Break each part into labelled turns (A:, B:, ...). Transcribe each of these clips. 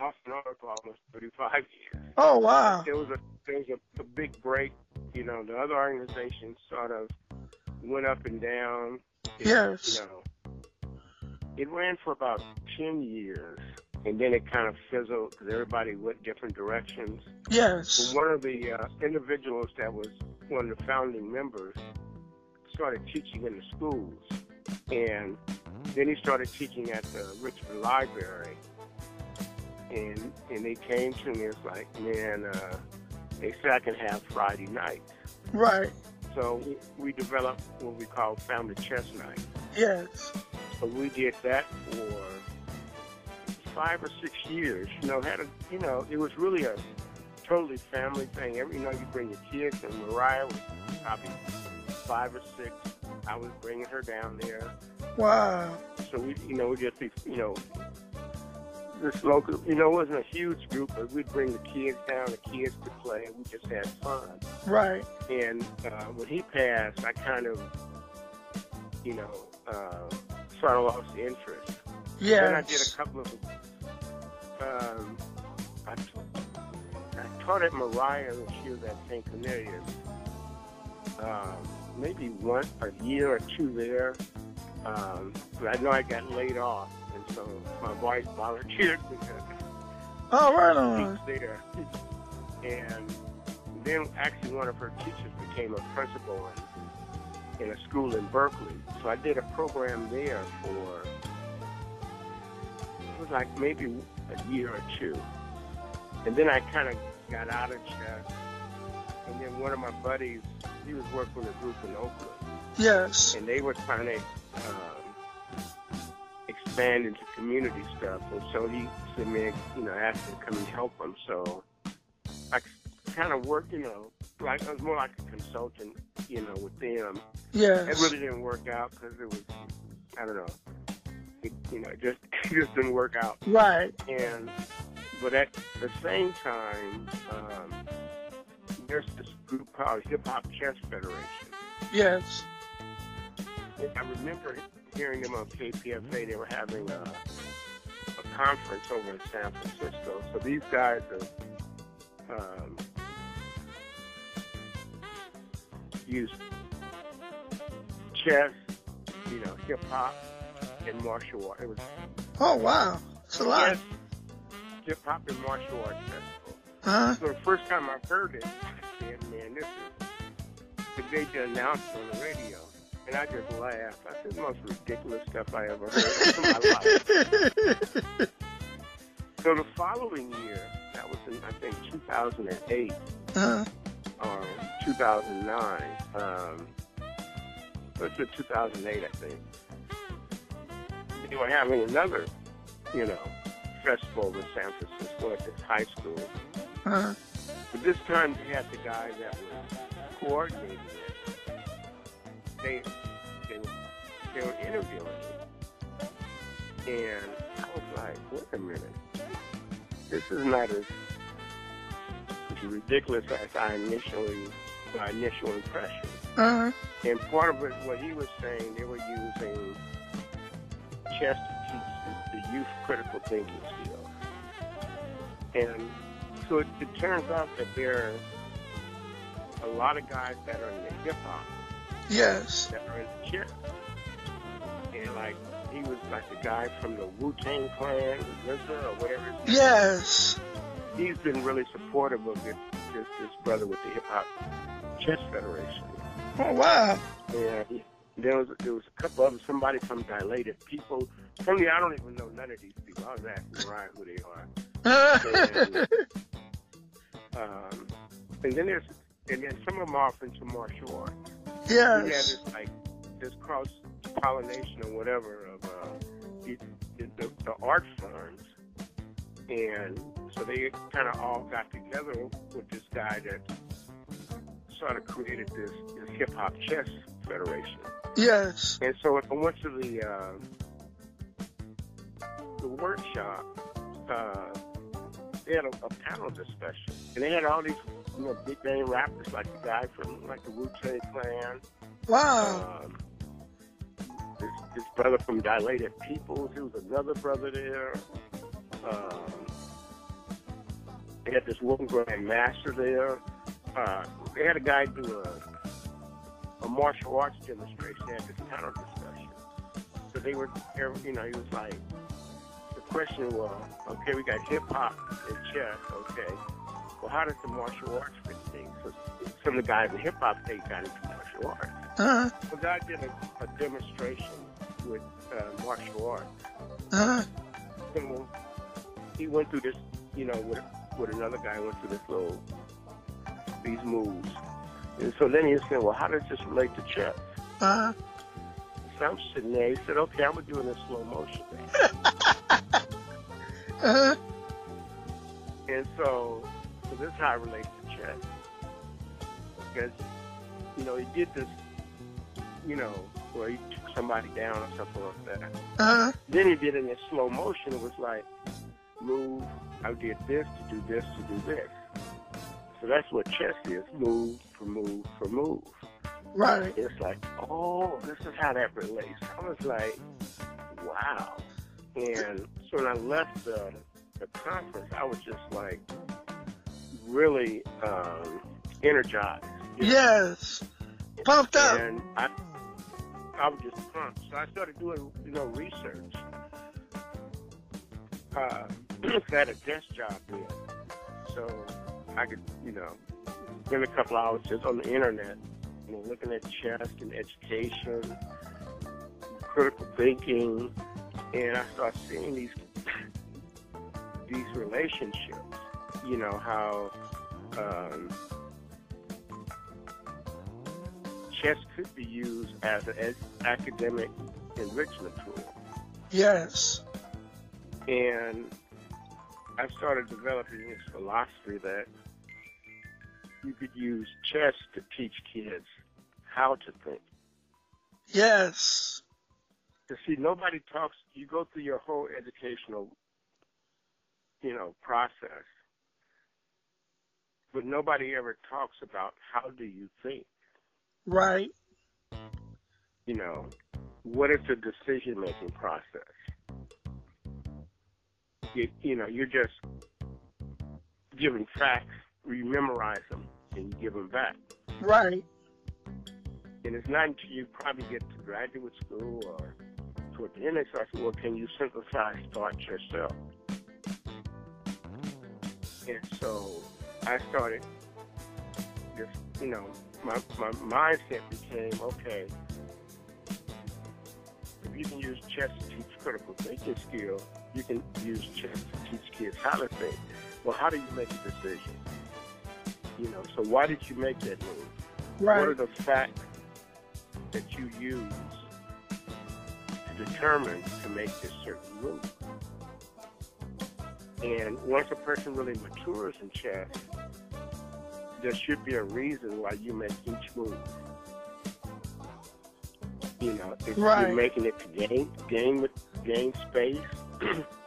A: off and on for almost 35 years.
B: Oh wow.
A: There was a there was a, a big break. You know, the other organizations sort of went up and down. It,
B: Yes.
A: You know, it ran for about 10 years, and then it kind of fizzled because everybody went different directions.
B: Yes.
A: One of the uh, individuals that was one of the founding members started teaching in the schools, and then he started teaching at the Richmond Library. And and they came to me. It's like, man, uh, they said I can have Friday night.
B: Right.
A: So we- we developed what we call Family Chess Night.
B: Yes.
A: So we did that for five or six years. You know, had a you know, it was really a totally family thing. Every you know, you bring your kids and Mariah was probably five or six. I was bringing her down there.
B: Wow.
A: So we, you know, we just, be, you know, this local, you know, it wasn't a huge group, but we'd bring the kids down, the kids could play, and we just had fun.
B: Right.
A: And uh, when he passed, I kind of, you know, uh, sort of lost interest. Then I did a
B: Yes.
A: couple of, um, I, I taught at Mariah when she was at St. Cornelius. Um, maybe one, a year or two there. Um, but I know I got laid off, and so my wife volunteered because
B: Oh right
A: teach
B: on.
A: there. And then actually one of her teachers became a principal in, in a school in Berkeley. So I did a program there for it was like maybe a year or two. And then I kind of got out of chess. And then one of my buddies, he was working with a group in Oakland
B: Yes.
A: and they were trying to um, expand into community stuff. And so he sent me, you know, asked me to come and help him. So I kind of worked, you know, like I was more like a consultant, you know, with them. It
B: Yes.
A: really didn't work out because it was, I don't know, it, you know, it just it just didn't work out.
B: Right.
A: And but at the same time, um, there's this group called Hip Hop Chess Federation.
B: Yes.
A: I remember hearing them on KPFA. They were having a, a conference over in San Francisco. So these guys are, um, use chess, you know, hip hop, and martial art. It was
B: Oh wow. It's a lot.
A: chess, hip hop, and martial arts festival.
B: Huh?
A: So the first time I heard it, I said, man, this is, because they just announced it on the radio. And I just laughed. I said, the most ridiculous stuff I ever heard in my life. So the following year, that was in, I think, 2008
B: huh?
A: or 2009. Um, let's say 2008, I think. They were having another, you know, festival in San Francisco at this high school.
B: Huh?
A: But this time they had the guy that was coordinating it. They they were they were interviewing him. And I was like, wait a minute. This is not as, as ridiculous as I initially my initial impression.
B: Huh?
A: And part of it what he was saying, they were using chess to teach the, the youth critical thinking skills. And so it, it turns out that there are a lot of guys that are in the hip hop
B: Yes.
A: that are in the chess. And like he was like the guy from the Wu Tang Clan, RZA or whatever. his name-
B: Yes.
A: He's been really supportive of this this, this brother with the Hip Hop Chess Federation.
B: Oh wow.
A: And there was there was a couple of somebody from Dilated People. Some of you, I don't even know none of these people. I was asking Ryan who they are. Um, and then there's and then some of them are from Tamar Shore. You have
B: yes.
A: this like this cross pollination or whatever of uh, the, the, the, the art forms, and so they kind of all got together with this guy that sort of created this, this hip hop chess federation.
B: Yes.
A: And so I went to the uh, the workshop. Uh, they had a, a panel discussion, and they had all these you know big name rappers like the guy from like the Wu Tang Clan,
B: Wow.
A: um, this, this brother from Dilated Peoples. There was another brother there. Um, They had this one grand master there. Uh, they had a guy do a, a martial arts demonstration at this panel discussion. So they were, you know, he was like, the question was, okay, we got hip hop and chess, okay. Well, how does the martial arts fit things? So some of the guys in hip hop, they got into martial arts.
B: Uh,
A: Well, guy did a, a demonstration with uh, martial arts.
B: uh,
A: And when he went through this, you know, with, with another guy, went through this little, these moves. And so then he said, well, how does this relate to chess?
B: uh.
A: So I'm sitting there. He said, okay, I'm going to do it in slow motion.
B: Uh,
A: And so, so this is how it relates to chess. Because, you know, he did this, you know, where he took somebody down or something like that.
B: uh,
A: Then he did it in slow motion. It was like, move, I did this to do this to do this. So that's what chess is move for move for move.
B: right.
A: It's like, oh, this is how that relates. I was like, wow. And so when I left the, the conference, I was just like really um, energized. you know?
B: Yes. Pumped up.
A: And I, I was just pumped. So I started doing, you know, research. Uh, I had a desk job there, so I could, you know, spend a couple hours just on the internet, you know, looking at chess and education, critical thinking, and I started seeing these these relationships. You know how. Um, chess could be used as an ed- academic enrichment tool.
B: Yes.
A: And I started developing this philosophy that you could use chess to teach kids how to think.
B: Yes.
A: Because see, nobody talks, you go through your whole educational, you know, process, but nobody ever talks about how do you think?
B: Right.
A: you know, what is the decision making process? You, you know, you're just giving facts, you memorize them, and you give them back.
B: Right.
A: And it's not until you probably get to graduate school or toward the end, they start saying, well, can you synthesize thoughts yourself? And so I started just, you know, my, my mindset became, okay, if you can use chess to teach critical thinking skill, you can use chess to teach kids how to think. Well, how do you make a decision? You know, so why did you make that move? What are
B: Right.
A: the facts that you use to determine to make this certain move? And once a person really matures in chess, there should be a reason why you make each move. You know, if
B: Right.
A: you're making it to gain, gain, ma- gain space,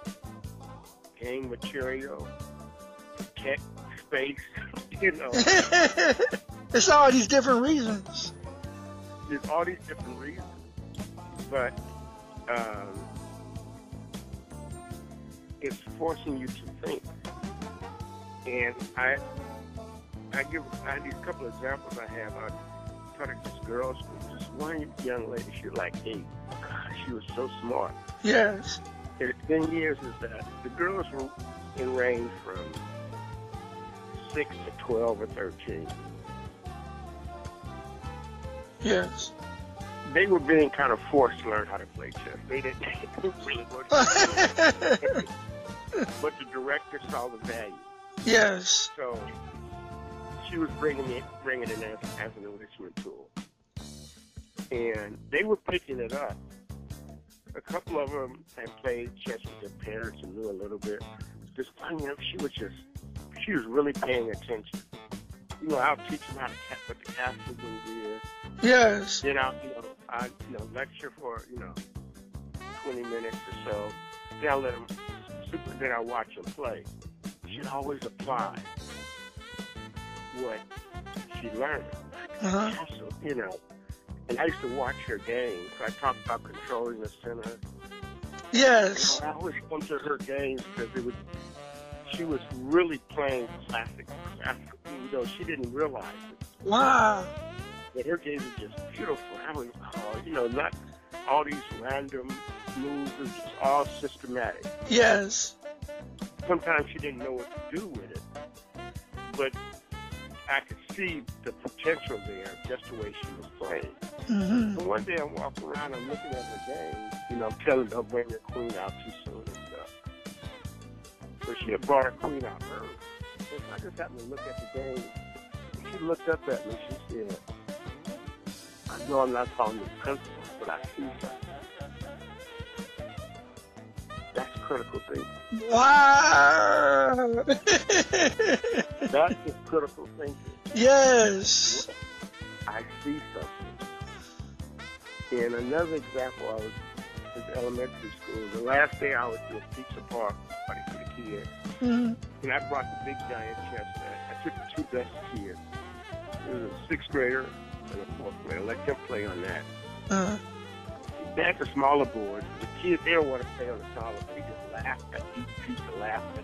A: gain material, protect space, you know.
B: it's all these different reasons.
A: there's all these different reasons, but um, it's forcing you to think. And I, I give, I have these couple examples I have. I taught at this girls' school. This one young lady, she was like eight. God, she was so smart.
B: Yes.
A: And the thing is, is that the girls were in range from six to twelve or thirteen.
B: Yes.
A: They were being kind of forced to learn how to play chess. They didn't really want to. but the director saw the value.
B: yes.
A: So she was bringing it, bringing it in as, as an enrichment tool, and they were picking it up. A couple of them had played chess with their parents and knew a little bit. This one, you know, she was just, she was really paying attention. You know, I'll teach them how to tap what the castle move is.
B: Yes.
A: Then I'll, you know, I, you know, lecture for, you know, 20 minutes or so. Then I let them, then I watch them play. She always apply what she learned.
B: Uh-huh.
A: Also, you know, and I used to watch her games. I talked about controlling the center.
B: Yes.
A: I always come to her games because it was, she was really playing classic, classical. You know, she didn't realize it.
B: Wow.
A: But her game is just beautiful. I was, oh, you know, not all these random moves. It was just all systematic.
B: Yes.
A: Sometimes she didn't know what to do with it, but I could see the potential there just the way she was playing.
B: hmm
A: And one day I'm walking around, I'm looking at her game, you know, I'm telling her, bring the queen out too soon and stuff. So she had brought her queen out early. And I just happened to look at the game. And she looked up at me, she said, I know I'm not calling the principal, but I see something. That's critical thinking.
B: Wow.
A: That's just critical thinking.
B: yes.
A: I see something. And another example, I was in elementary school. The last day I was to a pizza park party for the kids,
B: Mhm.
A: and I brought the big giant chestnut. I took the two best kids. It was a sixth grader and a fourth grader. Let them play on that.
B: Uh,
A: Back the smaller boards, the kids there want to play on the taller. We just laughed at each pizza, laughed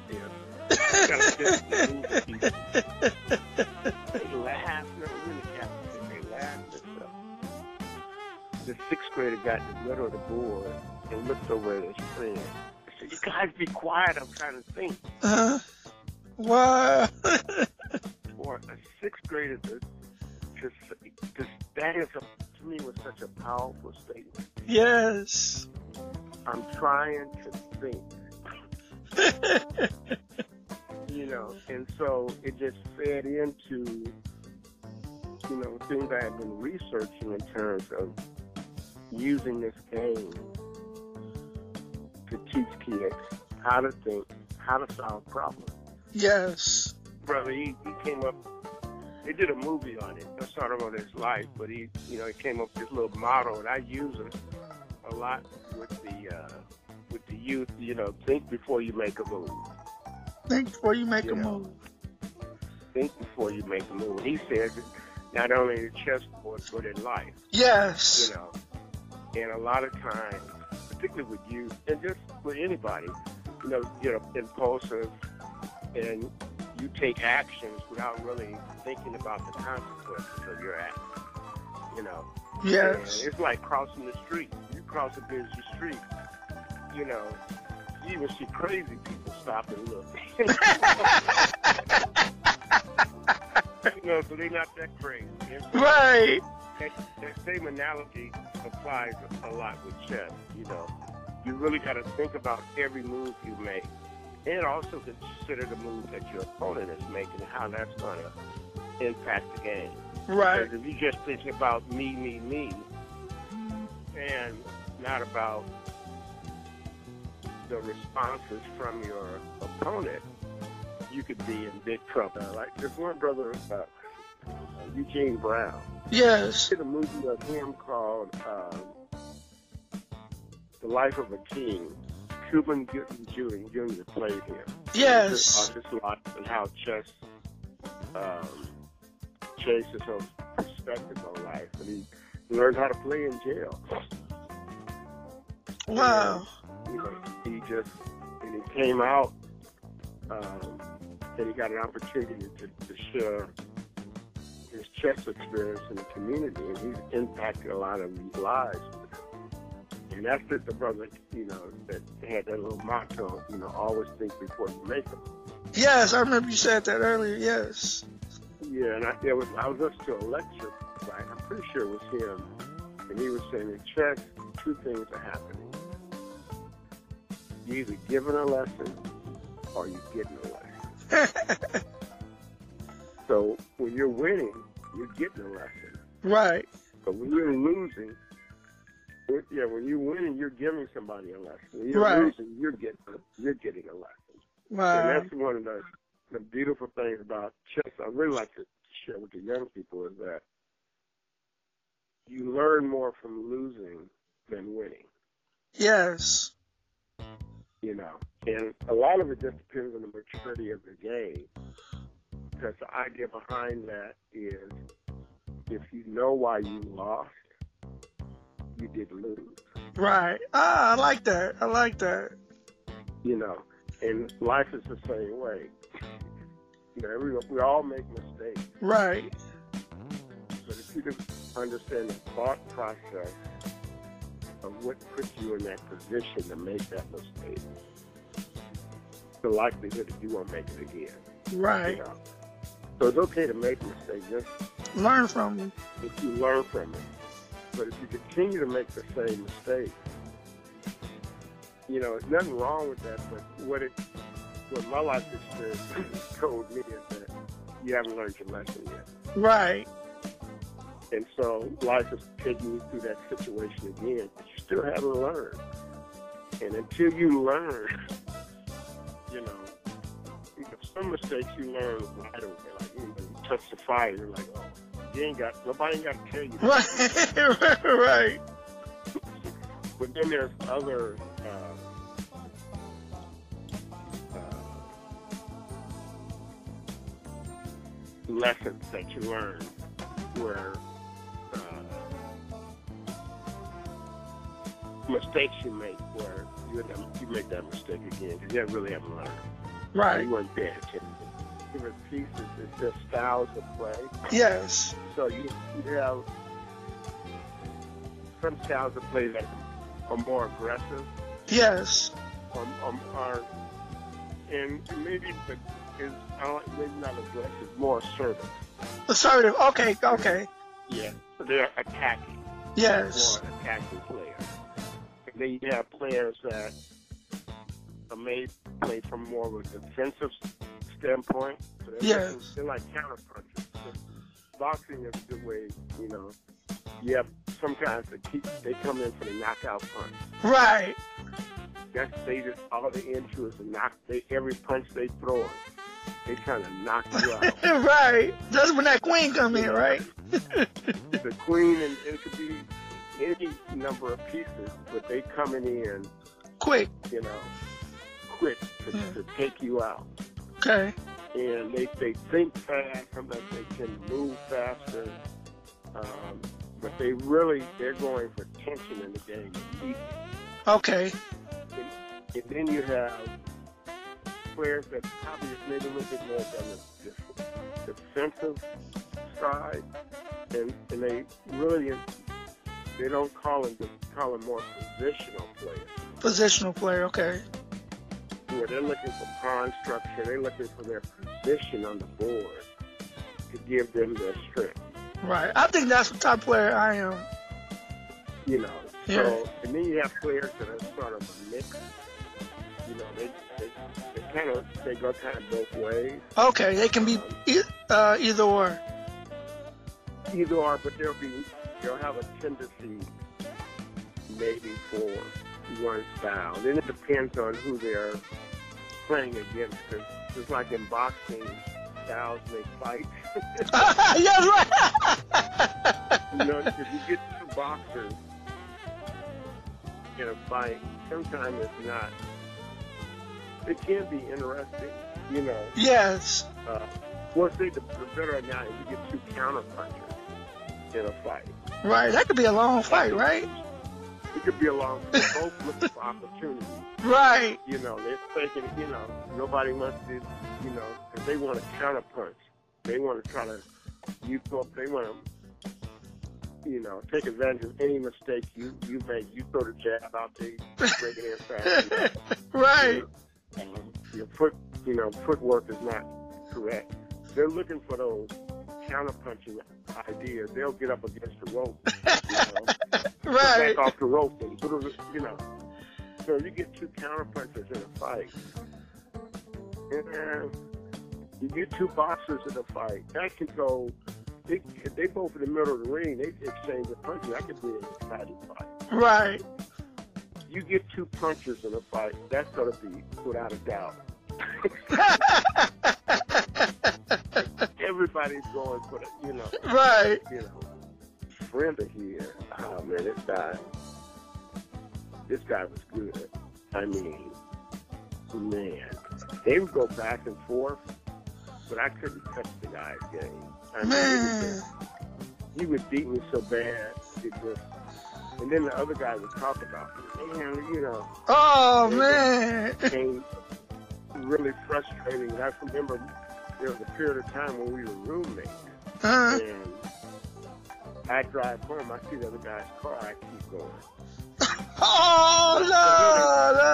A: at them. they laughed. No, it really happened. They laughed and stuff. The sixth grader got in the middle of the board and looked over at his friend. I said, "You guys be quiet. I'm trying to think."
B: uh, wow.
A: For a sixth grader to to, s- to that is a, to me was such a powerful statement.
B: yes.
A: I'm trying to think. you know, and so it just fed into, you know, things I had been researching in terms of using this game to teach kids how to think, how to solve problems.
B: yes.
A: Brother, he, he came up, they did a movie on it, I sort of on his life, but he, you know, he came up with this little motto, and I use it a lot with the, uh, with the youth, you know, think before you make a move.
B: Think before you make a
A: Yeah.
B: move.
A: think before you make a move. And he says it not only in chessboard but in life,
B: Yes.
A: you know. And a lot of times, particularly with you and just with anybody, you know, you're impulsive and you take actions without really thinking about the consequences of your act. You know.
B: Yes.
A: And it's like crossing the street. You cross a busy street, you know, you even see crazy people stop and look. you know, so they're not that crazy. And so
B: Right.
A: that, that same analogy applies a lot with chess, you know. You really got to think about every move you make and also consider the move that your opponent is making and how that's going to impact the game.
B: Right.
A: Because if you just think about me, me, me, and not about the responses from your opponent, you could be in big trouble. Uh, Like this one brother, uh, uh, Eugene Brown,
B: Yes.
A: did a movie of him called um, "The Life of a King." Cuban Gooding Jr. Jr. played him
B: Yes.
A: on this lot and how chess um, changes her perspective on life. And he learned how to play in jail.
B: Wow.
A: You know, he just, and he came out um, and he got an opportunity to, to share his chess experience in the community. And he's impacted a lot of these lives. And that's what the brother, you know, that had that little motto, you know, always think before you make them.
B: Yes, I remember you said that earlier. Yes.
A: Yeah, and I, there was I was listening to a lecture, right? I'm pretty sure it was him, and he was saying, in chess, two things are happening. You either giving a lesson or you getting a lesson. So when you're winning, you're getting a lesson.
B: right.
A: But when you're losing, it, yeah, when you're winning, you're giving somebody a lesson. When you're
B: Right.
A: losing, you're getting you're getting a lesson. And
B: Wow.
A: that's one of the, the beautiful things about chess. I really like to share with the young people is that you learn more from losing than winning,
B: Yes.
A: you know. And a lot of it just depends on the maturity of the game. Because the idea behind that is if you know why you lost, you did lose,
B: Right. Ah, I like that. I like that.
A: you know. And life is the same way. You know, we, we all make mistakes.
B: Right.
A: But if you can understand the thought process of what puts you in that position to make that mistake, the likelihood that you won't make it again. You
B: Right.
A: know? So it's okay to make mistakes just
B: Learn from them.
A: if you learn from it. But if you continue to make the same mistake, you know, there's nothing wrong with that. But what it, what my life experience told me is that you haven't learned your lesson yet.
B: Right.
A: And so life is taking you through that situation again, but you still haven't learned. And until you learn, you know, you know, some mistakes you learn right away. Like you, know, you touch the fire, you're like, oh, you ain't got nobody ain't got to tell you. that.
B: Right. right.
A: But then there's other uh, uh, lessons that you learn where uh, mistakes you make where you, you make that mistake again because you really haven't learned.
B: Right.
A: You weren't paying attention. Different pieces, it's just styles of play.
B: Yes.
A: So you, you have some styles of play that are more aggressive,
B: Yes.
A: or, or, are and maybe the, is I don't- maybe not aggressive, more assertive.
B: Assertive. Okay. Okay.
A: Yeah. So they're attacking,
B: Yes.
A: more attacking players. And then you have players that are made play from more of a defensive standpoint. So they're,
B: Yes.
A: they're like counterpunchers. So boxing is the way you know. You have sometimes they keep they come in for the knockout punch.
B: Right.
A: That's they just all the into is a knock. They every punch they throw, they kind of knock you out.
B: right. That's when that queen come in, right?
A: the queen and it could be any number of pieces, but they coming in,
B: Quick.
A: you know, quick to,
B: Yeah.
A: to take you out.
B: Okay.
A: And they they think fast. Sometimes they can move faster. Um, but they really they're going for tension in the game. Each
B: Okay.
A: And then you have players that probably is maybe a little bit more on the def- defensive side, and, and they really they don't call them call them more positional players.
B: Positional player. Okay.
A: Where they're looking for pawn structure, they're looking for their position on the board to give them their strength.
B: Right. I think that's the type of player I am.
A: you know.
B: Yeah.
A: So, and then you have players that are sort of a mix. You know, they they, they kind of they go kind of both ways,
B: Okay. They can be e- uh, either or.
A: either or. But they'll be they'll have a tendency maybe for one style. Then it depends on who they're playing against. 'Cause Just like in boxing, styles may fight.
B: yes. Right.
A: you know, if you get two boxers in a fight, sometimes it's not. It can be interesting, you know.
B: yes.
A: Uh, once they the better or not, if you get two counter punchers in a fight,
B: Right. That could be a long fight. Right.
A: it could be a long. they're both looking for opportunity,
B: Right.
A: you know. They're thinking, you know, nobody wants to, you know, 'cause they want to counter punch. They want to try to, you go up. They want to. You know, take advantage of any mistake you you make. You throw the jab out there, you break it in fast. you know.
B: right.
A: your foot, you know, footwork is not correct. They're looking for those counterpunching ideas. They'll get up against the rope, you know,
B: Right.
A: back off the rope, and sort of, you know. So you get two counterpunchers in a fight, and you get two boxers in a fight. That could go. They, if they both in the middle of the ring. They exchange a punch. That could be an exciting fight.
B: Right.
A: You get two punches in a fight. That's gonna be without a doubt. everybody's going for the, you know,
B: right.
A: you know, friend of here. Oh man, this guy, this guy was good. I mean, man, they would go back and forth, but I couldn't touch the guy's game. I mean, it was
B: Man.
A: just- he would beat me so bad. It was, and then the other guy would talk about, man, you know,
B: Oh man.
A: came really frustrating. I remember there was a period of time when we were roommates,
B: Uh,
A: and I drive home, I see the other guy's car, I keep going.
B: oh, no, no.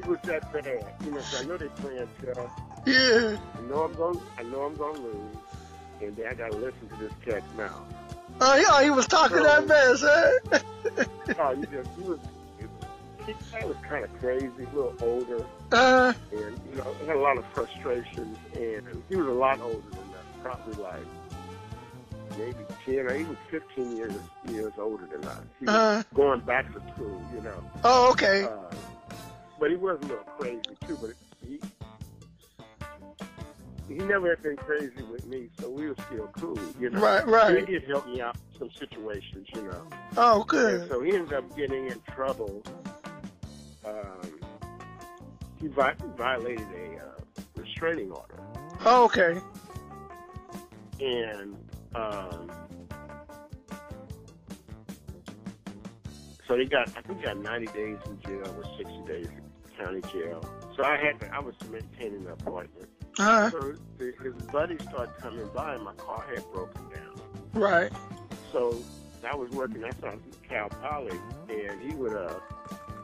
A: It was that bad, you know. So I know they're playing tough.
B: Yeah.
A: I know I'm going. I know I'm going to lose, and then I got to listen to this cat now.
B: Oh, he, oh, he was talking that mess, huh?
A: Oh, you just he was. He he was kind of crazy, a little older,
B: Uh,
A: and you know had a lot of frustrations. And he was a lot older than us, probably like maybe ten or even fifteen years years older than us. He was
B: uh,
A: going back to school, you know.
B: oh, okay.
A: Uh, but he was a little crazy too. But he he never had been crazy with me, so we were still cool, you know.
B: Right, right.
A: He did help me out in some situations, you know.
B: Oh,
A: And
B: good.
A: so he ended up getting in trouble. Um, he vi- violated a uh, restraining order,
B: Oh, okay.
A: and um, so he got I think he got 90 days in jail or 60 days in county jail. So I had to, I was maintaining an appointment.
B: Uh,
A: So the, his buddies started coming by, and my car had broken down.
B: right.
A: So I was working at some Cal Poly, and he would uh,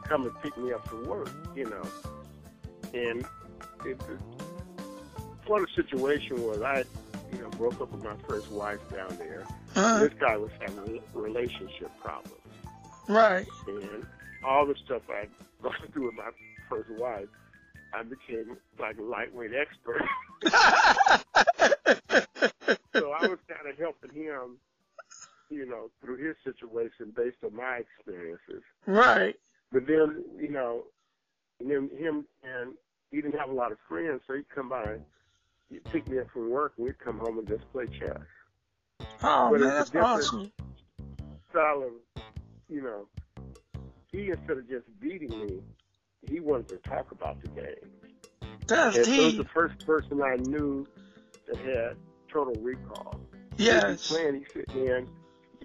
A: come and pick me up from work, you know. And it, what the situation was, I, you know, broke up with my first wife down there.
B: Uh,
A: This guy was having relationship problems,
B: right.
A: and all the stuff I gone through with my first wife, I became like a lightweight expert. so I was kind of helping him, you know, through his situation based on my experiences.
B: right.
A: But then, you know, and then him and he didn't have a lot of friends, so he'd come by, he'd pick me up from work, and we'd come home and just play chess.
B: Oh,
A: But
B: man,
A: it's a
B: that's
A: different-
B: awesome.
A: Solid, you know, he instead of just beating me, he wanted to talk about the game.
B: That's
A: And so it was
B: deep.
A: the first person I knew that had total recall.
B: Yes.
A: He he said, man, you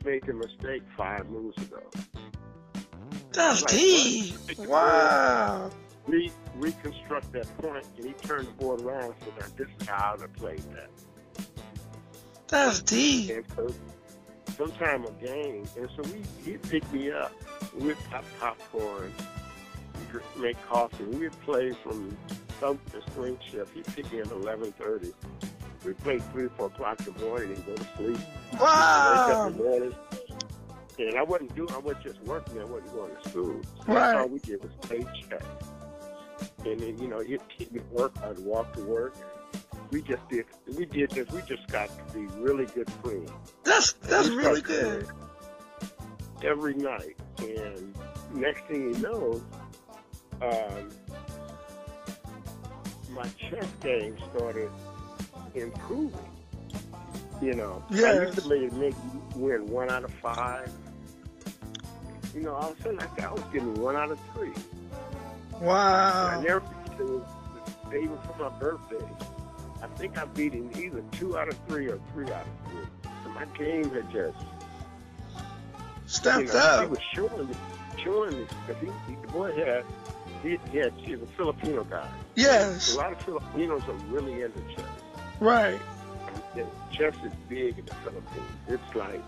A: made the mistake five moves ago.
B: That's
A: Like,
B: deep.
A: what?
B: Wow.
A: Re- reconstruct that point, and he turned the board around and said, this is how I would have played that.
B: That's deep.
A: And so, sometime a game, and so we, he'd pick me up. We'd pop popcorn, dr- make coffee. We'd play from some to swing shift. He'd pick me up at 11.30. We'd play 3 or 4 o'clock in the morning and go to sleep.
B: Wow.
A: Wake up in the morning. And I wasn't doing, I wasn't just working, I wasn't going to school. So
B: Right.
A: That's all we did was play check. And then, you know, he'd take me to work, I'd walk to work. We just did, we did this, we just got to be really good friends.
B: That's that's
A: We
B: really
A: started
B: good.
A: playing Every night. And next thing you know, um, my chess game started improving. You know, I used
B: Yes.
A: to make Nick win one out of five. You know, all of a sudden I, I was getting one out of three. I
B: Wow.
A: never beat him the day before my birthday. I think I beat him either two out of three or three out of three. So my game had just, you
B: Stepped
A: know, he
B: up.
A: was showing me, showing me, because he, he, the boy had, he, he had, he's a Filipino guy. A
B: Yes.
A: lot of Filipinos are really into chess.
B: Right.
A: that chess is big in the Philippines. It's like,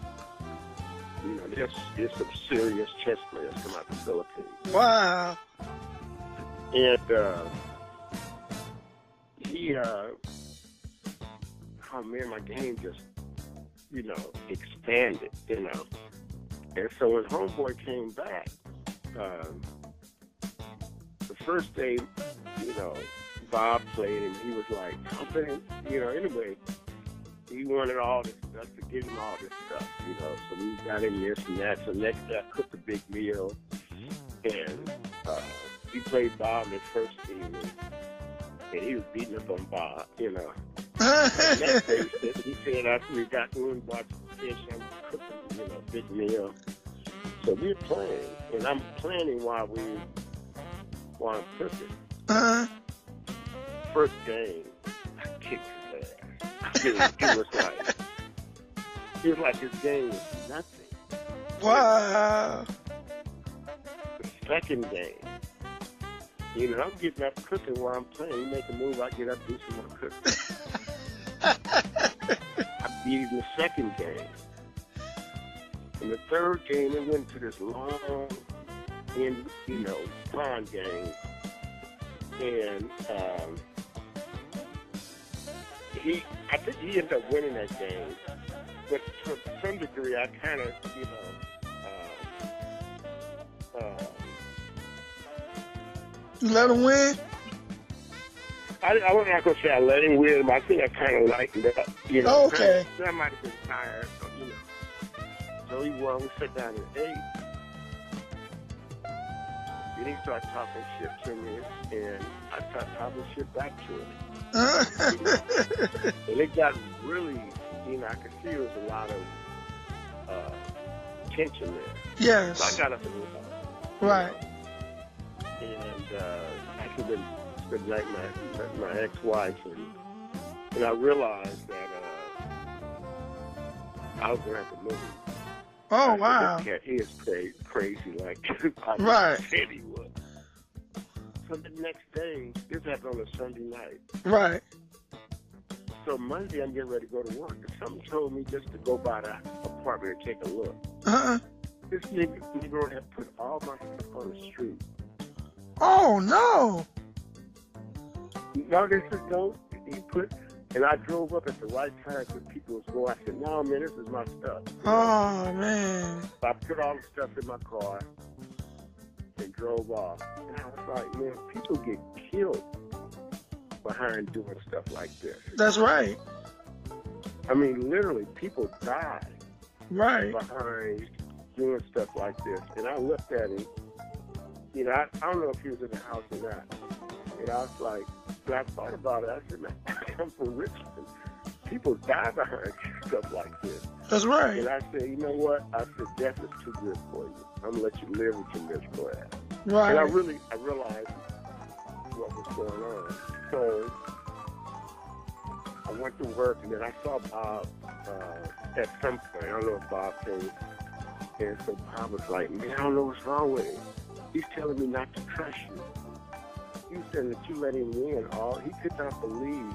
A: you know, there's, there's some serious chess players come out of the Philippines.
B: Wow.
A: And uh, he, uh, oh man, my game just, you know, expanded, you know. And so when Homeboy came back, um, the first day, you know, Bob played and he was like, something, you know, anyway, he wanted all this stuff to give him all this stuff, you know. So we got him this and that. So next day I cooked a big meal and uh, he played Bob the first evening. And he was beating up on Bob, you know. Next day, he said, he said after we got through and bought some fish, I'm cooking, you know, big meal. So we're playing, and I'm planning while we while I'm cooking.
B: Uh,
A: First game, I kicked his ass. It was, it was like it was like his game was nothing.
B: wow.
A: The second game, You know, I'm getting up cooking while I'm playing. You make a move, I get up do some more cooking. I beat him the second game. In the third game, it went to this long, in you know, pond game, and um, he, I think he ended up winning that game. But to some degree, I kind of, you know, uh, uh,
B: You let him win?
A: I, I was not gonna say I let him win, but I think I kind of liked it. You know,
B: Okay.
A: I might have been tired, so, you know. So he won. We sat down and ate. Then he started talking shit to me, and I started talking shit back to him. And it got really, you know, I could see there was a lot of uh, tension there. So I
B: yes.
A: got up and left,
B: Right.
A: and uh, I could been spent the night with my my ex-wife, and and I realized that uh, I was gonna have to move. I
B: Oh,
A: said,
B: wow.
A: This cat is crazy, crazy like I
B: Right.
A: said he was. So the next day, this happened on a Sunday night.
B: Right.
A: So Monday, I'm getting ready to go to work. And something told me just to go by the apartment and take a look.
B: Uh-uh.
A: This nigga, nigga had put all my stuff on the street.
B: Oh, no.
A: No, this is dope. He put, and I drove up at the right time when people was going. I said, no, man, this is my stuff.
B: Oh, man.
A: So I put all the stuff in my car and drove off. And I was like, man, people get killed behind doing stuff like this.
B: That's right.
A: I mean, literally, people die
B: Right.
A: behind doing stuff like this. And I looked at him. You know, I, I don't know if he was in the house or not. And I was like, but I thought about it. I said, man, I'm from Richmond. People die behind stuff like this.
B: That's right.
A: And I said, you know what? I said, death is too good for you. I'm gonna let you live with your miserable ass. And I
B: Right.
A: really, I realized what was going on. So I went to work, and then I saw Bob uh, at some point. I don't know if Bob came. And so Bob was like, man, I don't know what's wrong with him. He's telling me not to trust you. You said that you let him win all. He could not believe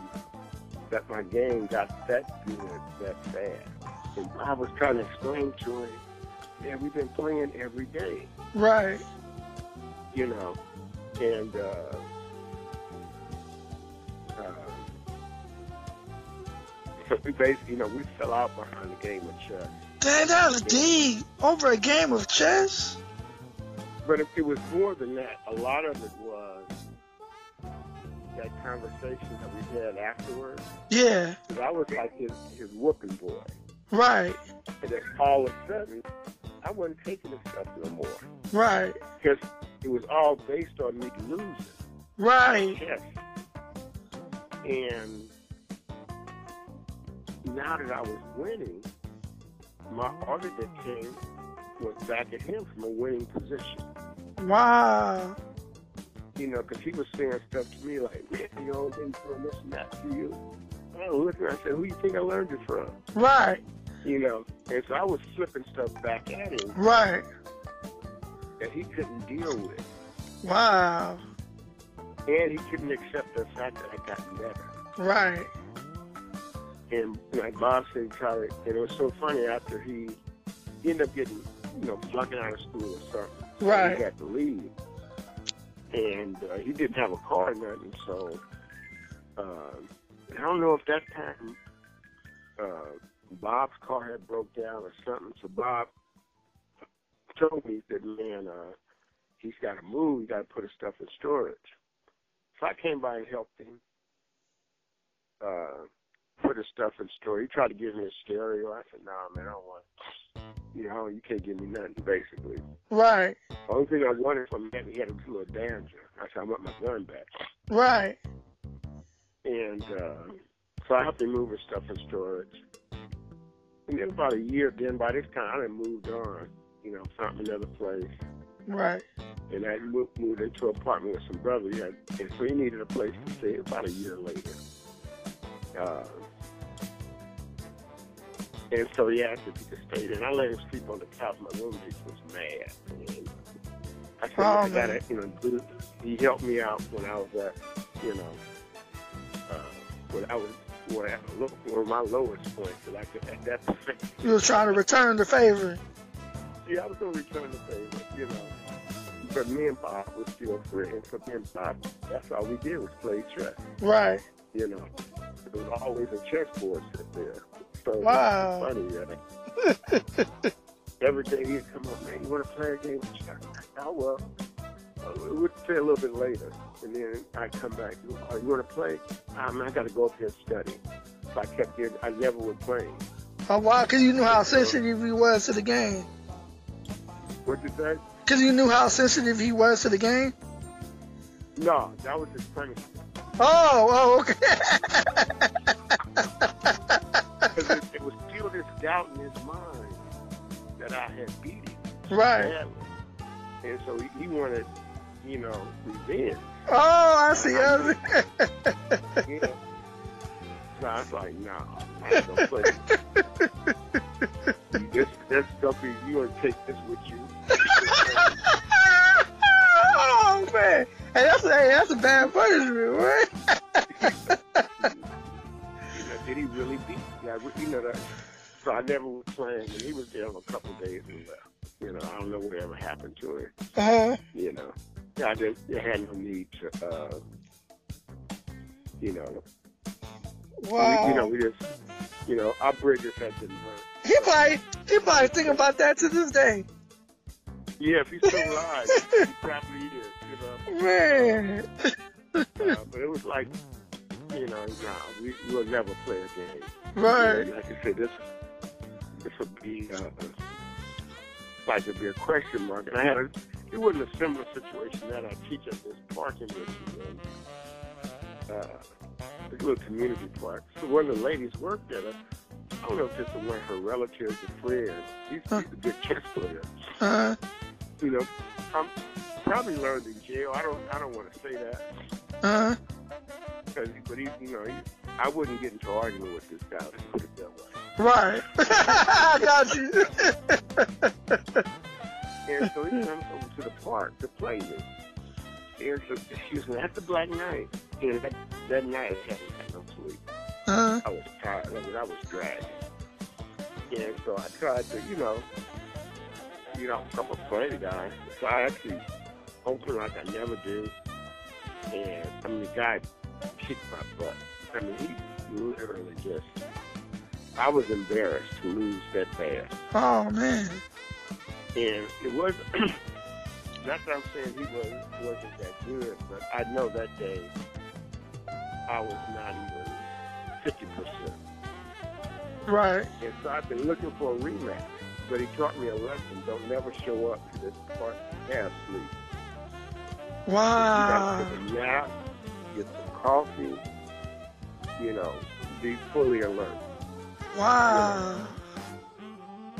A: that my game got that good that fast. And Bob was trying to explain to him, yeah, we've been playing every day
B: Right.
A: you know, and uh, uh, so we basically, you know, we fell out behind the game of chess.
B: Dang, that was deep. Over a game of chess?
A: But it, it was more than that. A lot of it was that conversation that we had afterwards.
B: Yeah.
A: Because I was like his, his whooping boy,
B: Right.
A: and then all of a sudden, I wasn't taking this stuff no more
B: Right.
A: because it was all based on me losing.
B: Right.
A: Yes. And now that I was winning, my auditor came was back at him from a winning position.
B: Wow.
A: You know, because he was saying stuff to me like, man, you know, been doing this and that to you. And I looked at him, I said, who do you think I learned it from?
B: Right.
A: You know, and so I was flipping stuff back at him
B: Right.
A: that he couldn't deal with.
B: Wow.
A: And he couldn't accept the fact that I got better.
B: Right.
A: and like Bob said, tried it. And it was so funny after he, he ended up getting, you know, flunking out of school or something. So he
B: Right.
A: had to leave. And uh, he didn't have a car or nothing. So um I don't know if that time uh, Bob's car had broke down or something. So Bob told me that, man, uh, he's got to move. He got to put his stuff in storage. So I came by and helped him. Uh, put his stuff in storage. He tried to give me a stereo. I said, "No, man, I don't want. it." You know, you can't give me nothing. Basically,
B: Right.
A: only thing I wanted from him, he had a little danger. I said, I want my gun back.
B: Right.
A: And uh, so I helped him move his stuff in storage. And then about a year, then by this time, I had moved on. You know, found another place,
B: Right.
A: and I moved, moved into an apartment with some brothers. Yeah, and so he needed a place to stay. About a year later. Uh, and so he asked if he could stay there. And I let him sleep on the couch. My roommate was mad. And I said, "Look,
B: Oh,
A: I
B: man.
A: gotta, you know, do, he helped me out when I was at, you know, uh, when I was when I was look- when my lowest point. So I could, at that point,
B: You was trying to return the favor.
A: yeah, I was gonna return the favor, you know. But me and Bob were still friends. But me and Bob, that's all we did was play chess.
B: Right.
A: You know, it was always a chessboard sit there. So
B: Wow.
A: it's funny, yeah. every day he'd come up, man, you want to play a game of chess? Oh, well, uh, we'd play a little bit later. And then I'd come back, oh, you want to play? Um, I got to go up here and study. So I kept getting, I never would play.
B: Oh, wow, because you knew how sensitive he was to the game.
A: What'd you say?
B: Because you knew how sensitive he was to the game.
A: No, that was his punishment.
B: Oh, oh, okay.
A: 'Cause it, it was still this doubt in his mind that I had beat him
B: right.
A: badly. And so he, he wanted, you know, revenge.
B: Oh, I see. I see.
A: Yeah. So I was like, nah, I'm not gonna play. this this stuff is you gonna take this with you.
B: oh man, hey, that's hey, that's a bad punishment, right?
A: You know, did he really beat you? Yeah, you know that. So I never was playing, and he was there for a couple of days and left. You know, I don't know whatever happened to him.
B: Uh-huh.
A: You know, yeah, I just I had no need to. Uh, you know,
B: Wow.
A: we, you know, we just, you know, our bridges had been burnt.
B: he probably he probably think about that to this day.
A: Yeah, if he's still alive, he probably is. You know.
B: Man,
A: Uh, but it was like, you know, nah, we, we'll never play a game.
B: right?
A: Like I said, this this would be uh, like it'd be a question mark. And I had a, it wasn't a similar situation that I teach at this park in Michigan, uh, this little community park. So one of the ladies worked at it. I don't know if this was one of her relatives or friends. She's, she's a good chess player
B: Uh,
A: you know, I'm probably learned in jail. I don't, I don't want to say that,
B: uh,
A: 'cause- but he, you know, he, I wouldn't get into arguing with this guy. Let's put it that way.
B: right. I got you.
A: And so he comes over to the park to play me. And so, excuse me, that's the black night. And that, that night, I hadn't had no sleep.
B: Uh,
A: I was tired. I mean, I was dragging. And so I tried to, you know, you know, I'm a funny guy. So I actually opened like I never do. And I mean, the guy kicked my butt. I mean, he literally just. I was embarrassed to lose that bad.
B: oh man.
A: And it was not that I'm saying he was wasn't that good, but I know that day I was not even fifty percent.
B: Right.
A: And so I've been looking for a rematch. But he taught me a lesson. Don't never show up to this park half asleep.
B: Wow.
A: You gotta take a nap, get some coffee, you know, be fully alert.
B: Wow.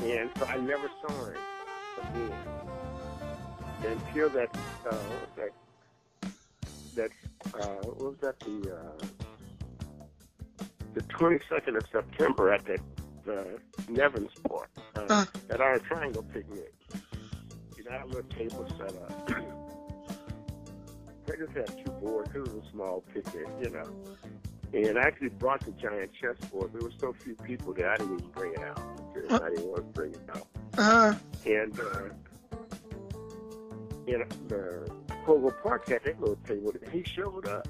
A: And so I never saw him again. Until that, uh, that, that, uh, what was that, the, uh, the 22nd of September at that, uh, Nevins Park, uh,
B: Uh.
A: at our triangle picnic. You know, our little table set up. I just had two boards. It was a small picnic, you know. And I actually brought the giant chessboard. There were so few people there, I didn't even bring it out. I didn't want to bring it out.
B: Uh,
A: And uh, and the Hogle Park had that little table. And he showed up.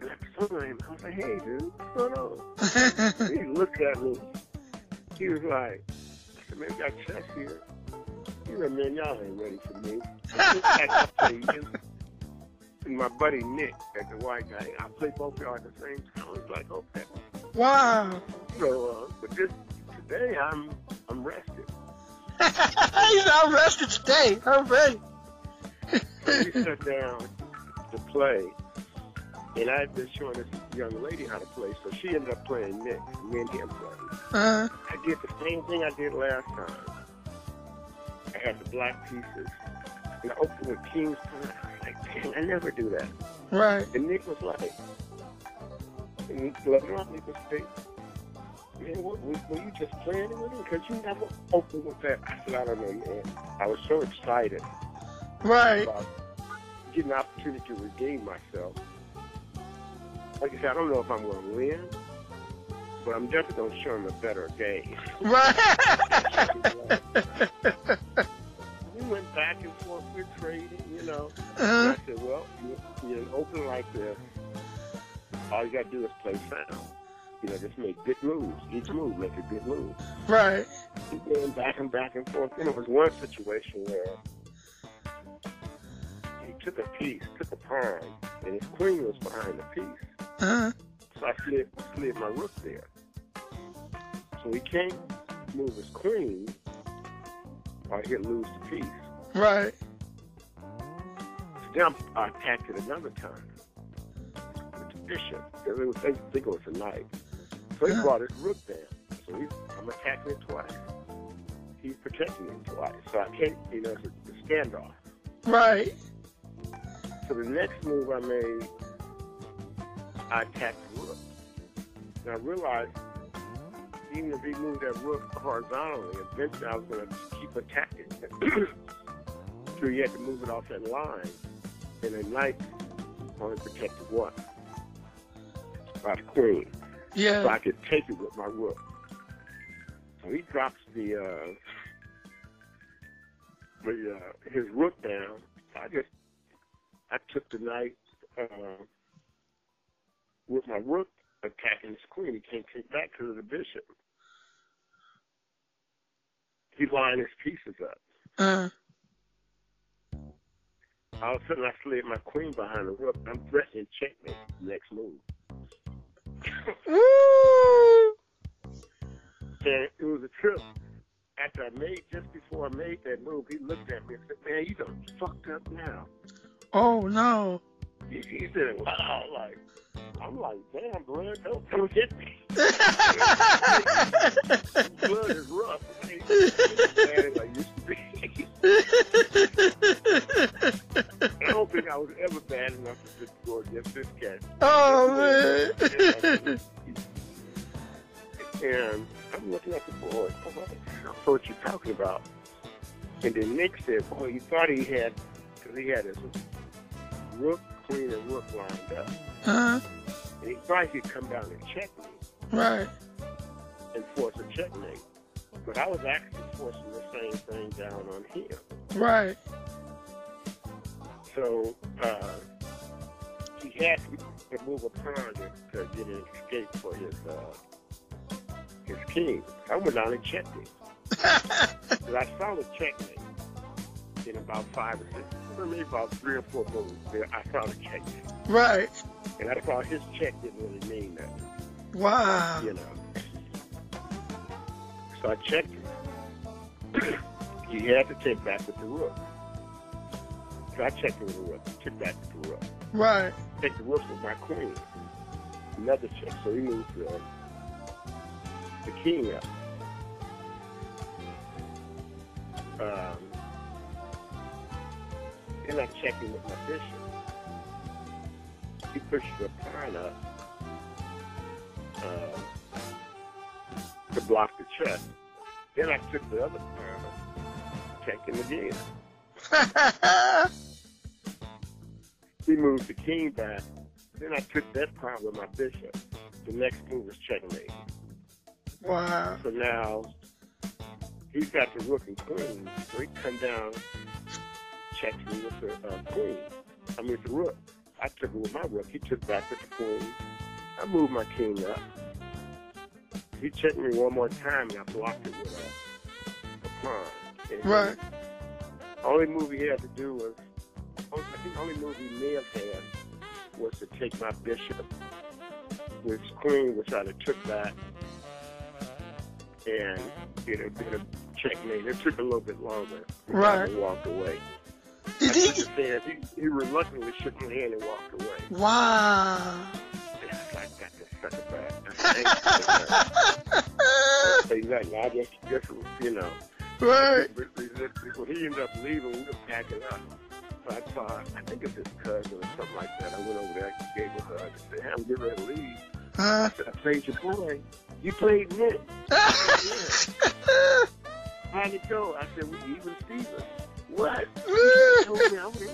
A: And I saw him. I was like, "Hey, dude, what's going on?" And he looked at me. He was like, I said, "Man, we got chess here." He said, "Man, y'all ain't ready for me." I said, "I can play you." and my buddy Nick at the white guy, I played both y'all at the same time. I was like, "Okay."
B: wow.
A: So, uh, but this today, I'm I'm rested.
B: He's not rested today. I'm ready.
A: So we sat down to play, and I had been showing this young lady how to play, so she ended up playing Nick, and me and him played.
B: Uh,
A: I did the same thing I did last time. I had the black pieces, and I opened with king's pawn. I was like, dang, I never do that.
B: right.
A: And Nick was like, and LeBron, he was like, man, what, were, were you just playing with him? Because you never opened with that. I said, I don't know, man. I was so excited.
B: Right.
A: about getting an opportunity to redeem myself. Like I said, I don't know if I'm going to win, but I'm definitely going to show him a better day.
B: Right.
A: we went back and forth, we're trading, you know. And
B: uh,
A: I said, well, you- you're open like this. All you got to do is play sound. You know, just make good moves. Each move, make a good move.
B: right.
A: keep going back and back and forth. And it was one situation where he took a piece, took a pawn, and his queen was behind the piece.
B: Uh,
A: So I slid, slid my rook there. So he can't move his queen, or he'll lose the piece.
B: right.
A: So then I attacked it another time with the bishop. They were- they think it was a knight. So he
B: Yeah.
A: brought his rook down. So he's, I'm attacking it twice. He's protecting it twice. So I can't, you know, it's a, it's a standoff.
B: Right.
A: So the next move I made, I attacked the rook. And I realized even if he moved that rook horizontally, eventually I was going to keep attacking it. so he had to move it off that line. And a knight only protected one by the queen. So
B: Yeah.
A: I could take it with my rook. So he drops the, uh, the uh, his rook down. I just I took the knight uh, with my rook attacking his queen. He can't take back because of the bishop. He lined his pieces up.
B: Uh,
A: All of a sudden, I slid my queen behind the rook. I'm threatening checkmate. Next move.
B: woo.
A: And it was a trip. After I made, just before I made that move, he looked at me and said, "Man, you done fucked up now."
B: Oh no.
A: He, he said, "Wow!" Like I'm like, "Damn, blood, don't come hit me. Blood is rough." Man, I used to be. I don't think I was ever bad enough to just go against this cat.
B: oh man.
A: And I'm looking at the board. I'm like, "So what you talking about?" And then Nick said, "Boy, you thought he had, because he had his rook, queen, and rook lined up."
B: huh?
A: And he thought he could come down and check me
B: Right.
A: and force a checkmate. But I was actually forcing the same thing down on him.
B: Right.
A: So uh, he had to move a pawn to, to get an escape for his uh, his king. I went down and checked him. But I saw the checkmate in about five or six, for me, about three or four moves. there, I saw the checkmate.
B: Right.
A: And I thought his check didn't really mean nothing.
B: Wow.
A: you know. So I checked it. he had to take back with the rook. So I checked it with the rook, took back with the rook.
B: Right.
A: Take the rook with my queen. Another check, so he moved the, the king up. Um, then I checked him with my bishop. He pushed the pawn up uh, to block the check. Then I took the other pawn, checked him again. He moved the king back. Then I took that pawn with my bishop. The next move was checkmate.
B: wow.
A: So now he's got the rook and queen. So he come down, checks me with the uh, queen. I mean with the rook. I took it with my rook. He took back with the queen. I moved my king up. He checked me one more time, and I blocked it with a, a pawn. And
B: Right.
A: Only move he had to do was, I think the only move he may have had was to take my bishop, which queen, which I'd have took back, and it had been a checkmate. It took a little bit longer. He
B: Right.
A: kinda Walked away.
B: Did
A: I should
B: he?
A: have said he, he reluctantly shook my hand and walked away.
B: Wow.
A: Yeah, I got this sucker back. I ain't say nothing. I just, just you know.
B: right.
A: But when he ended up leaving, we were packing up. So I thought, I think it's his cousin or something like that. I went over there, gave him a hug, and said, hey, I'm getting ready to leave.
B: Huh?
A: I said, I played your boy. You played Nick. Yeah. How'd it go? I said, we even Steven. What?
B: Woo!
A: told me I was.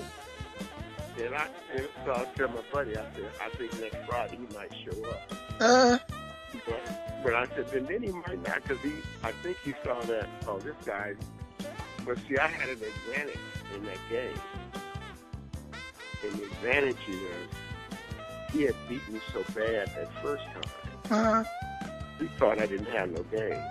A: And I, and so I tell my buddy, I said, I think next Friday he might show up.
B: Uh,
A: But, but I said, then, then he might not, because he, I think he saw that, oh, this guy. But see, I had an advantage in that game. And the advantage is, he had beat me so bad that first time,
B: uh,
A: he thought I didn't have no game.